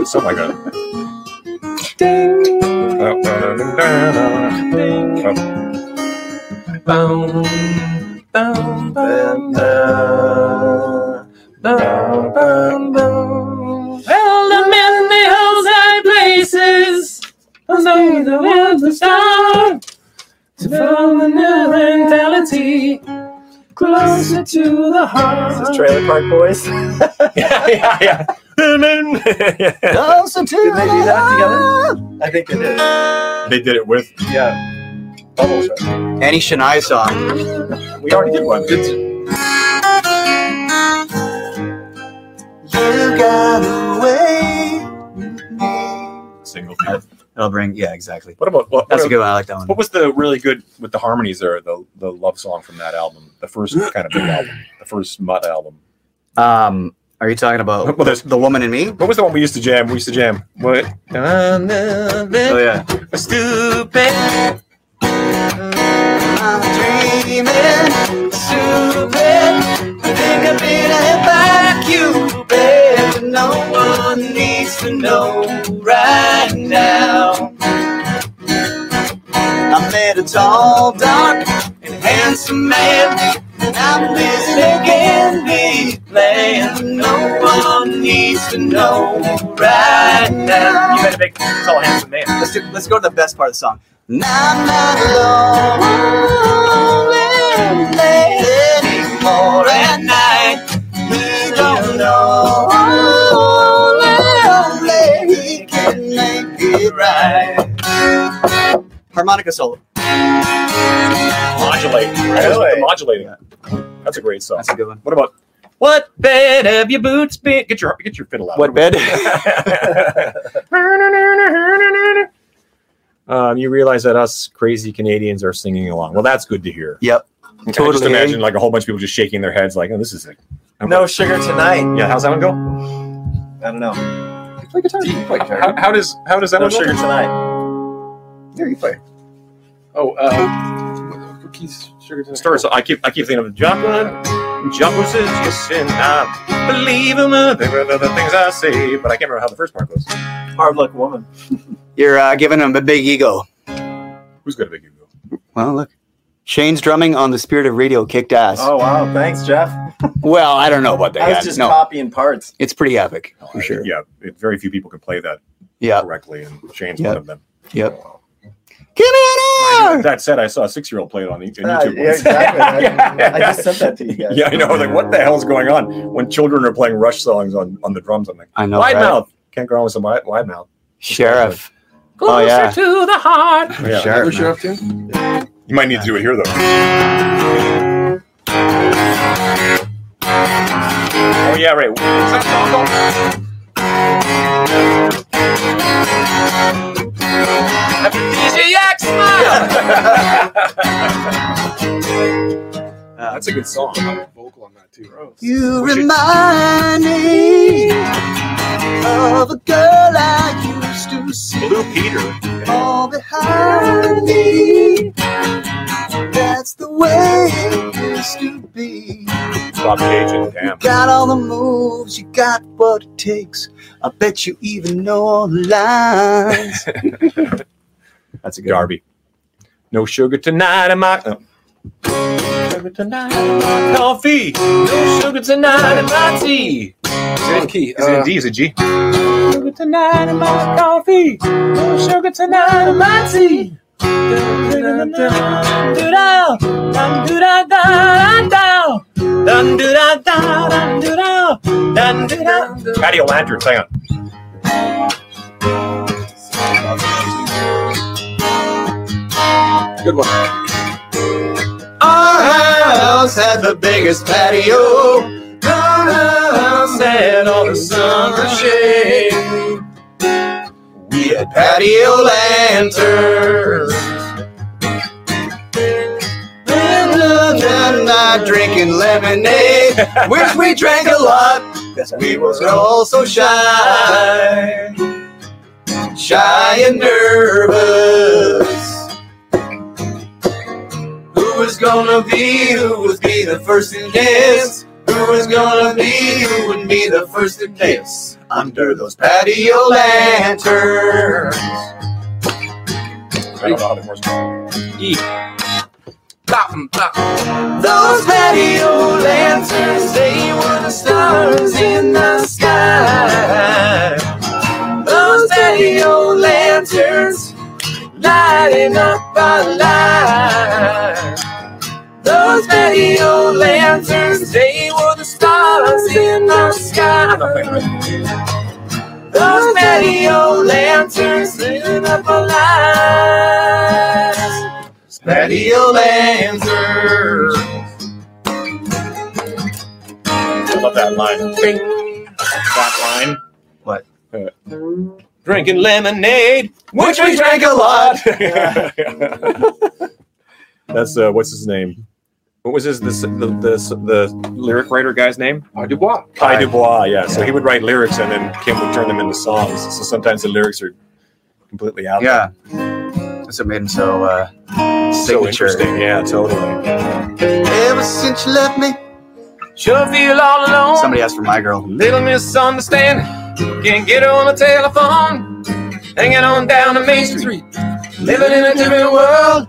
Something like that. Boom, boom, boom, And, uh, boom, boom, boom. Well, the men in the hills high places, although the world's a star, to from the new mentality, closer to the heart. This is Trailer Park Boys. Did yeah, yeah, yeah. yeah. Closer to they do that Ah! together? I think they did. They did it with. Yeah. Bubble Show. Any Shania song. We already did one. You got away. Single field. It'll bring yeah, exactly. What about what, That's a what, good one. I like that one. what was the really good with the harmonies there? The the love song from that album, the first kind of big album, the first Mutt album. Um, are you talking about Well, there's- the woman and me? What was the one we used to jam? We used to jam. What? Oh yeah. Stupid. I'm dreaming, stupid. Think I've been hit by Cupid, but no one needs to know right now. I met a tall, dark, and handsome man. And I'm mistaken the plan, but no one needs to know right now. You made a big tall handsome man. Let's do, let's go to the best part of the song. And I'm not lonely anymore at night. You don't know how lonely he can make it right. Harmonica solo. Modulate. Really? The modulating. That's a great song. That's a good one. What about What bed have your boots been? get your get your fiddle out? bed? um, you realize that us crazy Canadians are singing along. Well, that's good to hear. Yep. I just Totally. imagine like a whole bunch of people just shaking their heads, like, "Oh, this is it." No sugar tonight. Yeah, how's that one go? I don't know. Play guitar. You play guitar. How, how does how does that No one sugar go? tonight. There you play. Oh, uh, cookies, sugar. Starts. I keep I keep thinking of Joplin. Joplin says yes and I believe in the, the, the things I say, but I can't remember how the first part goes. Hard luck woman. You're uh, giving him a big ego. Who's got a big ego? Well, look. Shane's drumming on the spirit of radio kicked ass. Oh wow, thanks, Jeff. Well, I don't know about that. I yet. was just no, copying parts. it's pretty epic for sure. Oh, Yeah, it- very few people can play that Yeah. correctly, and Shane's Yeah. Ah! one of them. Yep. Give me an hour. That said, I saw a six-year-old play it on the on Ah, YouTube. yeah, once. exactly. I, Yeah. I just sent that to you guys. Yeah, I know. I was like, what the hell's going on when children are playing Rush songs on, on the drums? I'm like, I know. wide right? mouth. Can't go wrong with some wide, wide mouth. Sheriff. Oh yeah. to the heart. Yeah. Sheriff. man. You might need to do it here though. Oh yeah, right. What's that song called? Uh, That's a good song. vocal on that too. You remind me of a girl I used to see Blue Peter. all behind me. That's the way it used to be. Bob Cage and Damn. Got all the moves, you got what it takes. I bet you even know all the lines. That's a good Darby. No sugar tonight in my oh. Sugar tonight. Coffee. No sugar tonight in my tea. Same key. Is it a Uh, D? Is it G? Sugar tonight in my coffee. No sugar tonight in my tea. Dun-dun-dun-dun-dun-dun-dun. Dun-dun-dun-dun-dun. Dun-dun-dun-dun-dun-dun. Dun-dun-dun. Patio lanterns. Hang on. Good one. Our house had the biggest patio. Our house had all the summer shade. We had patio lanterns. And the night night drinking lemonade. Wish we drank a lot, 'cause we was all so shy. Shy and nervous. Who was gonna be? Who would be the first to dance? Who was gonna be? Who would be the first to kiss? Under those patio lanterns. I don't know how the horse- Bop, mm, bop. Those patio lanterns, they were the stars in the sky. Those patio lanterns, lighting up our lives. Those patio lanterns, they were the stars in the sky. Those patio lanterns, lit up our lives. Patio lanterns. I love that line. That line. What? Uh, drinking lemonade, which we drank a lot. That's uh, what's his name? What was his this the the, the lyric writer guy's name? Ah, Dubois. Kai Dubois. Yeah. So he would write lyrics and then Kim would turn them into songs. So sometimes the lyrics are completely out. Yeah. That's what made him so uh, So signature. interesting. Yeah. Totally. Ever since you left me, Sure feel all alone. Somebody asked for my girl. Little misunderstand, can't get on the telephone. Hanging on down to Main Street, living in a different world.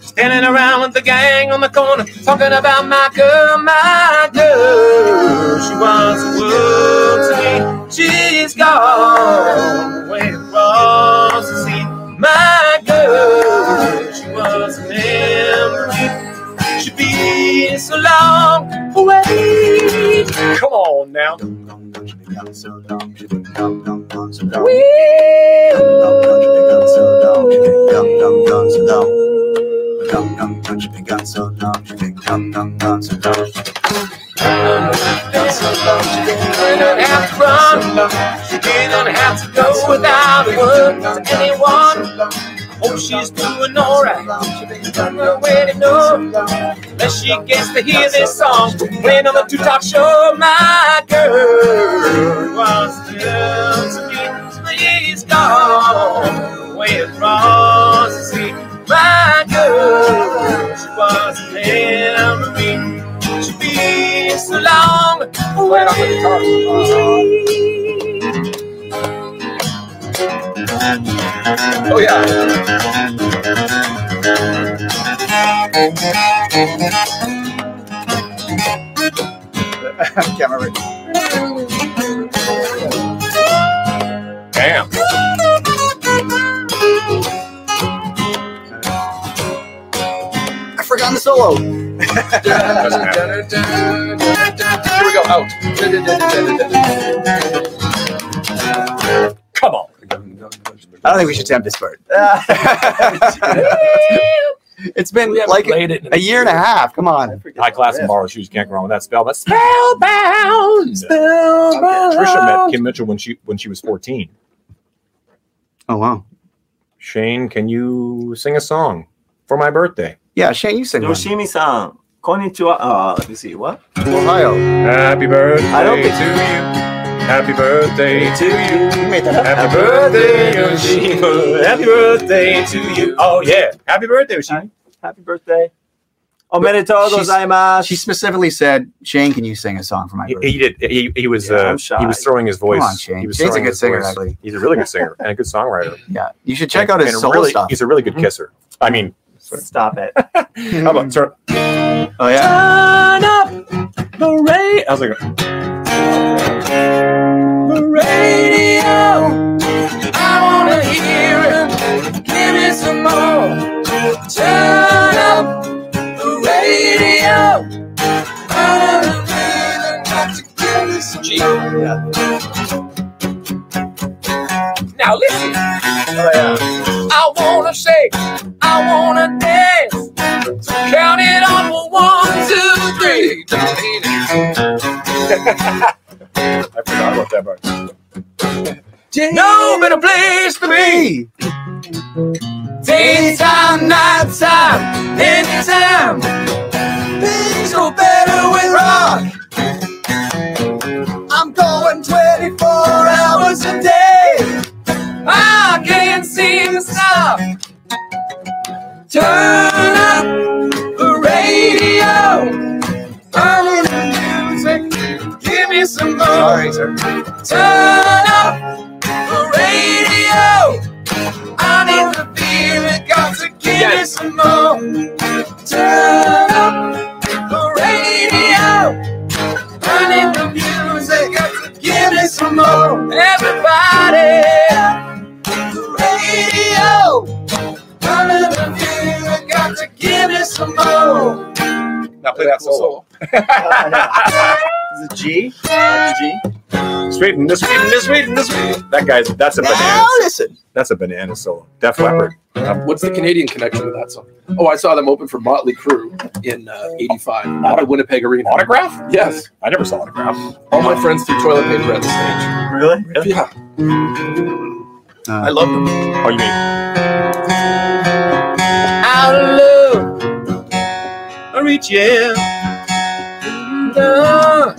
Standing around with the gang on the corner, talking about my girl, my girl. She was the world to me, she's gone. When it was to see my girl, she was a memory. She'd be so long away. Come on now. She didn't have to run. She didn't have to go without a word to anyone. Hope she's doing alright. On her way to know. Unless she gets to hear this song. Playing on the two talk show, my girl wants just to be. She's gone way across the sea. My girl, she was a memory. She'll be so long away. Oh yeah. I can't remember. Damn. I forgot the solo. Here we go. Out. Come on. I don't think we should attempt this part. it's been We haven't like played it in a year and a half. Come on. High class and borrow shoes can't go wrong with that spell. But spellbound, spellbound. Trisha met Kim Mitchell when she when she was fourteen. Oh wow. Shane, can you sing a song for my birthday? Yeah, Shane, you sing. one. Yoshimi-san, konnichiwa. Uh, let me see. What? Ohio. Happy birthday I don't think- to you. Happy birthday to you. You made that up. Happy birthday, Yoshima. Happy birthday to you. Oh yeah. Happy birthday, Yoshima. Happy birthday. Omedetou she's- gozaimasu. She specifically said, "Shane, can you sing a song for my He, birthday?" he did. He, he was. Yeah, uh, I'm shy. He was throwing his voice. Come on, Shane. He was Shane's a throwing good his singer, voice. actually. He's a really good singer and a good songwriter. Yeah, you should check out And his a solo really, stuff. Mm-hmm. He's a really good kisser. I mean, Stop it. how about turn? Oh yeah, Turn up the radio. I was like, the radio. I wanna hear it. Give me some more. Turn up the radio. I wanna hear it. Got to give me some more. Now listen. I wanna shake. I wanna dance. So count it on one, two, three. I forgot about that part. No better place to be. Daytime, nighttime, anytime. Things go better with rock. I'm going 24 hours a day. I can't seem to stop. Turn up the radio. Turn the music. Give me some more. Sorry, sir. Turn up the radio. I need the feeling, got to give Yes. it some more. Turn up the radio. I need the music, got to give it some more. Everybody, the radio. I need the music, got to give it some more. Now play that solo. Is it G? Uh, G? Sweden, this Sweden, this Sweden, this Sweden. That guy's that's a banana. Now listen. That's a banana solo. Def Leppard. What's the Canadian connection to that song? Oh, I saw them open for Motley Crue in uh, '85 at the Winnipeg Arena. Autograph? Yes, I never saw autograph. all my friends threw toilet paper at the Really? stage. Yeah, Uh, I love them. Oh, you mean Out of love, I reach in. No.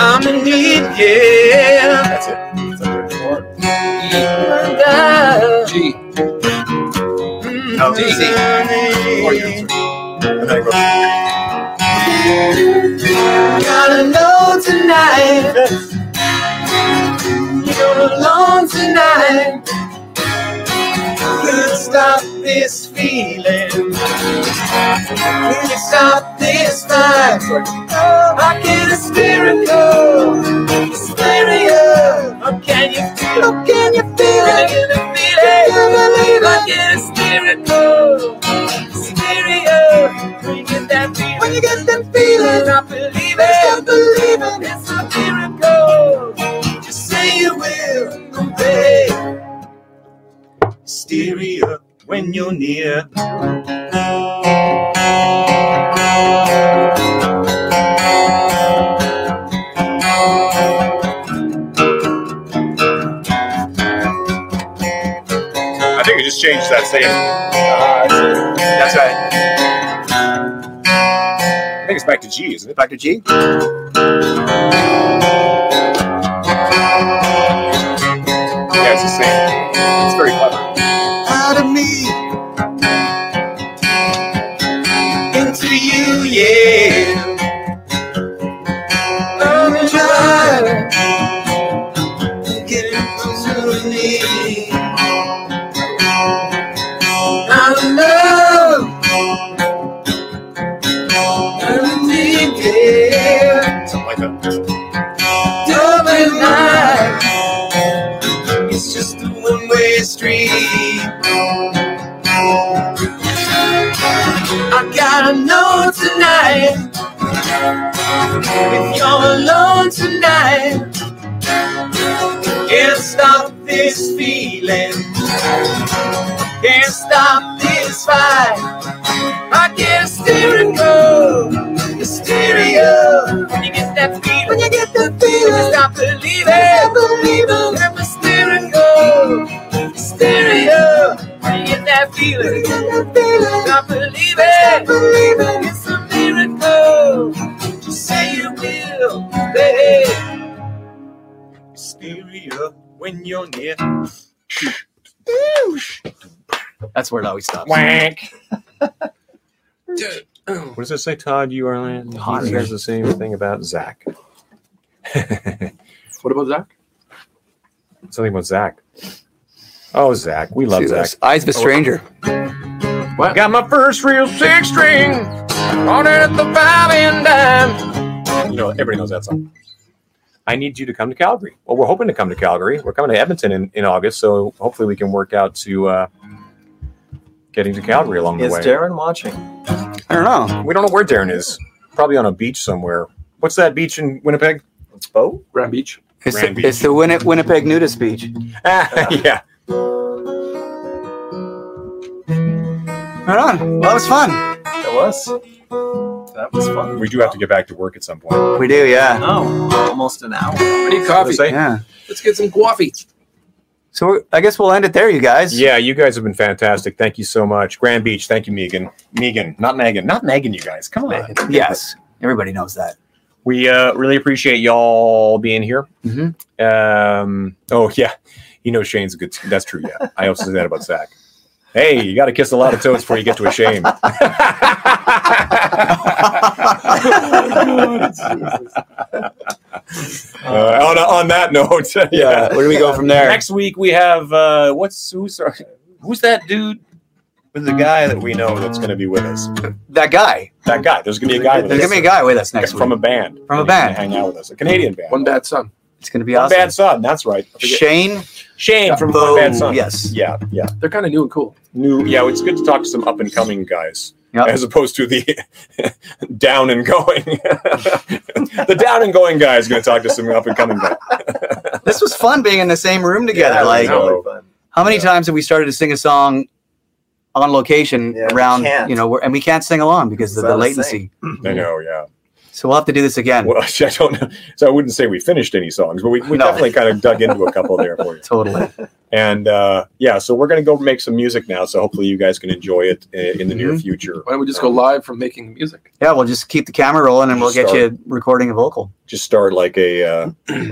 I'm in need, yeah. that's it? That's up there. Gee, Oh, No, it's easy. Or you- And then it goes, Gotta know tonight. You're alone tonight. Could stop this feeling. Could stop this time. I get hysterical, hysteria. How can you feel? How can you feel it? Can you feel it? Can you believe it? I get hysterical, hysteria. When you get that feeling, when you get that feeling, I believe it. Stop believing it's a miracle. Just say you will obey. Hysteria when you're near. just changed that same. That's right. I think it's back to G, isn't it? Back to G. Yeah, it's the same. It's very clever. out of me into you, yeah. I'm trying to get closer to me. I love and deep, yeah. Something like that. Don't deny it's just a one-way street. I gotta know tonight if you're alone tonight. Can't stop this feeling. Can't stop this fight. I can't steer and go. Stereo. When you get that feeling, when you get that feeling, stop believing. Believing. Never steer and go. Stereo. When you get that feeling, when you get that feeling, stop believing. Stop believing. It's a miracle. Just say you will, babe. Stereo when you're near. That's where it always stops. Wank. What does it say, Todd? You are land. Hot He says the same thing about Zach. Something What about Zach? about Zach. Oh, Zach. We love Shoot, Zach. that's Eyes of a stranger. Got my first real six string on it at the five and dime. You know, everybody knows that song. I need you to come to Calgary. Well, we're hoping to come to Calgary. We're coming to Edmonton in, in August, so hopefully we can work out to uh, getting to Calgary along the Is way. Darren watching? I don't know. we don't know where Darren is. Probably on a beach somewhere. What's that beach in Winnipeg? Bo? Ram Beach. It's Grand the, Beach. it's the Winni- Winnipeg nudist beach. Ah, yeah. Right on. Well, that was fun. It was. That was fun. We do have to get back to work at some point. We do, yeah. Oh, almost an hour. I need coffee. Say- Yeah. Let's get some coffee. So we're, I guess we'll end it there, you guys. Yeah, you guys have been fantastic. Thank you so much. Grand Beach, thank you, Megan. Megan, not Megan. Not Megan, you guys. Come on. Yes. Everybody knows that. We uh, really appreciate y'all being here. Mhm. Um, oh yeah, you know Shane's a good. That's true. Yeah, I also say that about Zach. Hey, you got to kiss a lot of toes before you get to a Uh, shame. Uh, on, on that note, yeah. Uh, Where do we go from there? Next week we have uh, what's who's our, who's that dude? Who's the guy that we know that's going to be with us? That guy. That guy. There's going to be a guy. With There's us gonna be a guy with us next from week. a band. From a He's gonna band. Hang out with us. A Canadian band. One bad son. It's gonna be One awesome. Bad Son. That's right. I forget- Shane. Shane from Bo- One Bad Son. Yes. Yeah, yeah. They're kind of new and cool. New. Yeah, it's good to talk to some up and coming guys Yep. as opposed to the down and going. the down and going guy is going to talk to some up and coming guys. This was fun being in the same room together. that like, was Oh. really fun. how many times have we started to sing a song on location Yeah, we around? can't. You know, where, and we can't sing along because of the It's not a thing. latency. I know. Yeah. So we'll have to do this again. Well, I don't know. So I wouldn't say we finished any songs, but we, we No. definitely kind of dug into a couple there for you. Totally. And uh, yeah, so we're going to go make some music now. So hopefully you guys can enjoy it uh, in the Mm-hmm. near Mhm. future. Why don't we just go live from making the music? Yeah, we'll just keep the camera rolling and we'll get Start. you recording a vocal. Just start like a uh,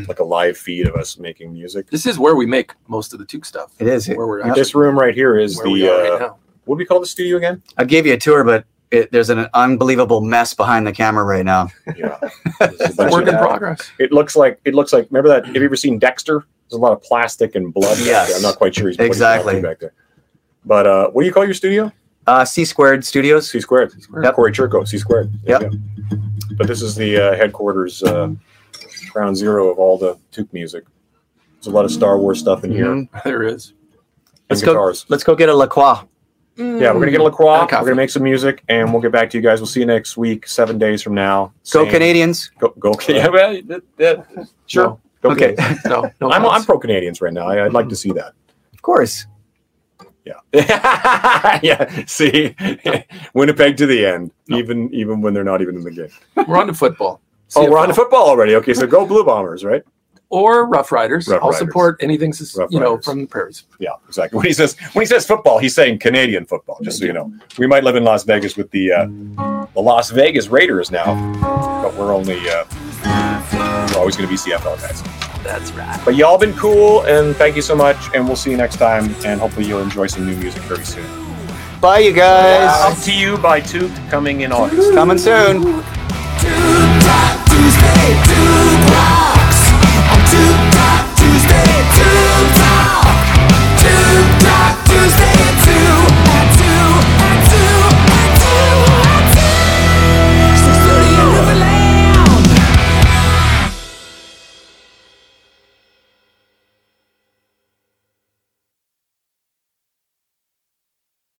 like a live feed of us making music. This is where we make most of the Tuke stuff. It is. Where we're Yeah. actually This room right here is where we the are uh, right now. what do we call the studio again? I gave you a tour, but it, there's an unbelievable mess behind the camera right now. Yeah, It's a work in progress. it looks like it looks like. Remember that? Have you ever seen Dexter? There's a lot of plastic and blood. back there. Yes. I'm not quite sure he's putting Exactly. that back there. But uh, what do you call your studio? Uh, C squared Studios. C squared. squared. Yep. Corey Churko, C squared. There you go. But this is the uh, headquarters, uh, ground zero of all the Took music. There's a lot of Star Wars stuff in here. Mhm. There is. Let's And go. guitars. Let's go get a La Croix. Yeah, we're gonna get a La Croix. And a We're coffee. gonna make some music, and we'll get back to you guys. We'll see you next week, seven days from now. Go Same- Canadians. Go, go Canadians. well, Sure. No. Go Okay. Canadians. No, no. I'm, I'm comments. pro Canadians right now. I, I'd like to see that. Of course. Yeah. yeah. See, Winnipeg to the end, even even when they're not even in the game. we're on to football. Oh, we're on CFL. to football already. Okay, so go Blue Bombers, right? or Rough Riders. Rough I'll Riders. support anything sus- Rough you know Riders. from the prairies. Yeah, exactly. When he says when he says football, he's saying Canadian football. Just so you know, we might live in Las Vegas with the uh, the Las Vegas Raiders now, but we're only uh, we're always going to be CFL guys. That's right. But y'all been cool, and thank you so much. And we'll see you next time. And hopefully you'll enjoy some new music very soon. Bye, you guys. Up to you by Toot coming in August. Coming soon. Tuesday, Tuesday.